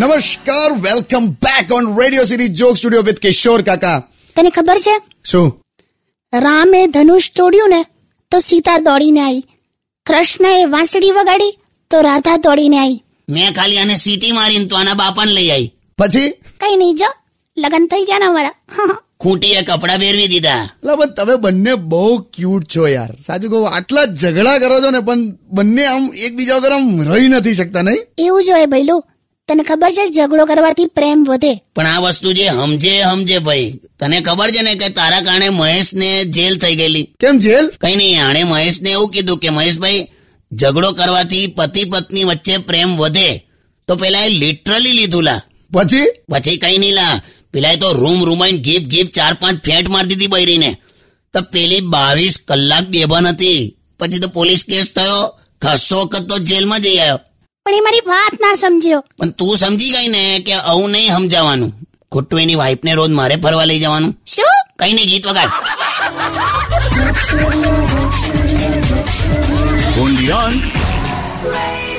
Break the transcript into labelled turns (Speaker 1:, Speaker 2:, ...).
Speaker 1: નમસ્કાર welcome back on Radio City joke studio with Kishor કાકા
Speaker 2: તને ખબર છે
Speaker 1: શું
Speaker 2: રામે ધનુષ તોડ્યું ને તો સીતા દોડીને આવી કૃષ્ણએ વાંસળી વગાડી તો રાધા દોડીને આવી
Speaker 3: મેં ખાલી આને સીટી મારીને તો આના બાપાને લઈ આવી
Speaker 1: પછી
Speaker 2: કઈ નહીં જો લગ્ન થઈ ગયા ને અમારા
Speaker 3: ખૂંટીએ કપડાં પહેરવી દીધા
Speaker 1: લા પણ તમે બંને બહુ ક્યુટ છો યાર સાચું કહું આટલા ઝઘડા કરો છો ને પણ બંને આમ એકબીજા વગર આમ રહી નથી શકતા નહીં
Speaker 2: એવું જ હોય ભૈલું તને ખબર છે ઝઘડો કરવાથી પ્રેમ વધે
Speaker 3: પણ આ વસ્તુ જે સમજે એ સમજે ભાઈ તને ખબર છે ને કે તારા કારણે મહેશને જેલ થઈ ગયેલી
Speaker 1: કેમ જેલ
Speaker 3: કઈ નહીં આણે મહેશને એવું કીધું કે મહેશભાઈ ઝઘડો કરવાથી પતિ પત્ની વચ્ચે પ્રેમ વધે તો પેલા એ લિટરલી લીધું લા
Speaker 1: પછી
Speaker 3: પછી કઈ નહીં લા પેલાએ તો રૂમ રૂમાઈને ગીપ ગીપ ચાર પાંચ ફેંટ મારી દીધી બૈરીને તો પેલી બાવીસ કલાક બેભાન હતી પછી તો પોલીસ કેસ થયો ખસ્સો વખત તો જેલમાં જઈ આવ્યો
Speaker 2: પણ એ મારી વાત ના સમજ્યો
Speaker 3: પણ તું સમજી ગઈ ને કે આવું નહીં સમજાવવાનું ખોટું એની વાઈફને રોજ મારે ફરવા લઈ જવાનું
Speaker 2: શું
Speaker 3: કઈ નહીં ગીત વગાડ
Speaker 4: only on
Speaker 5: Radio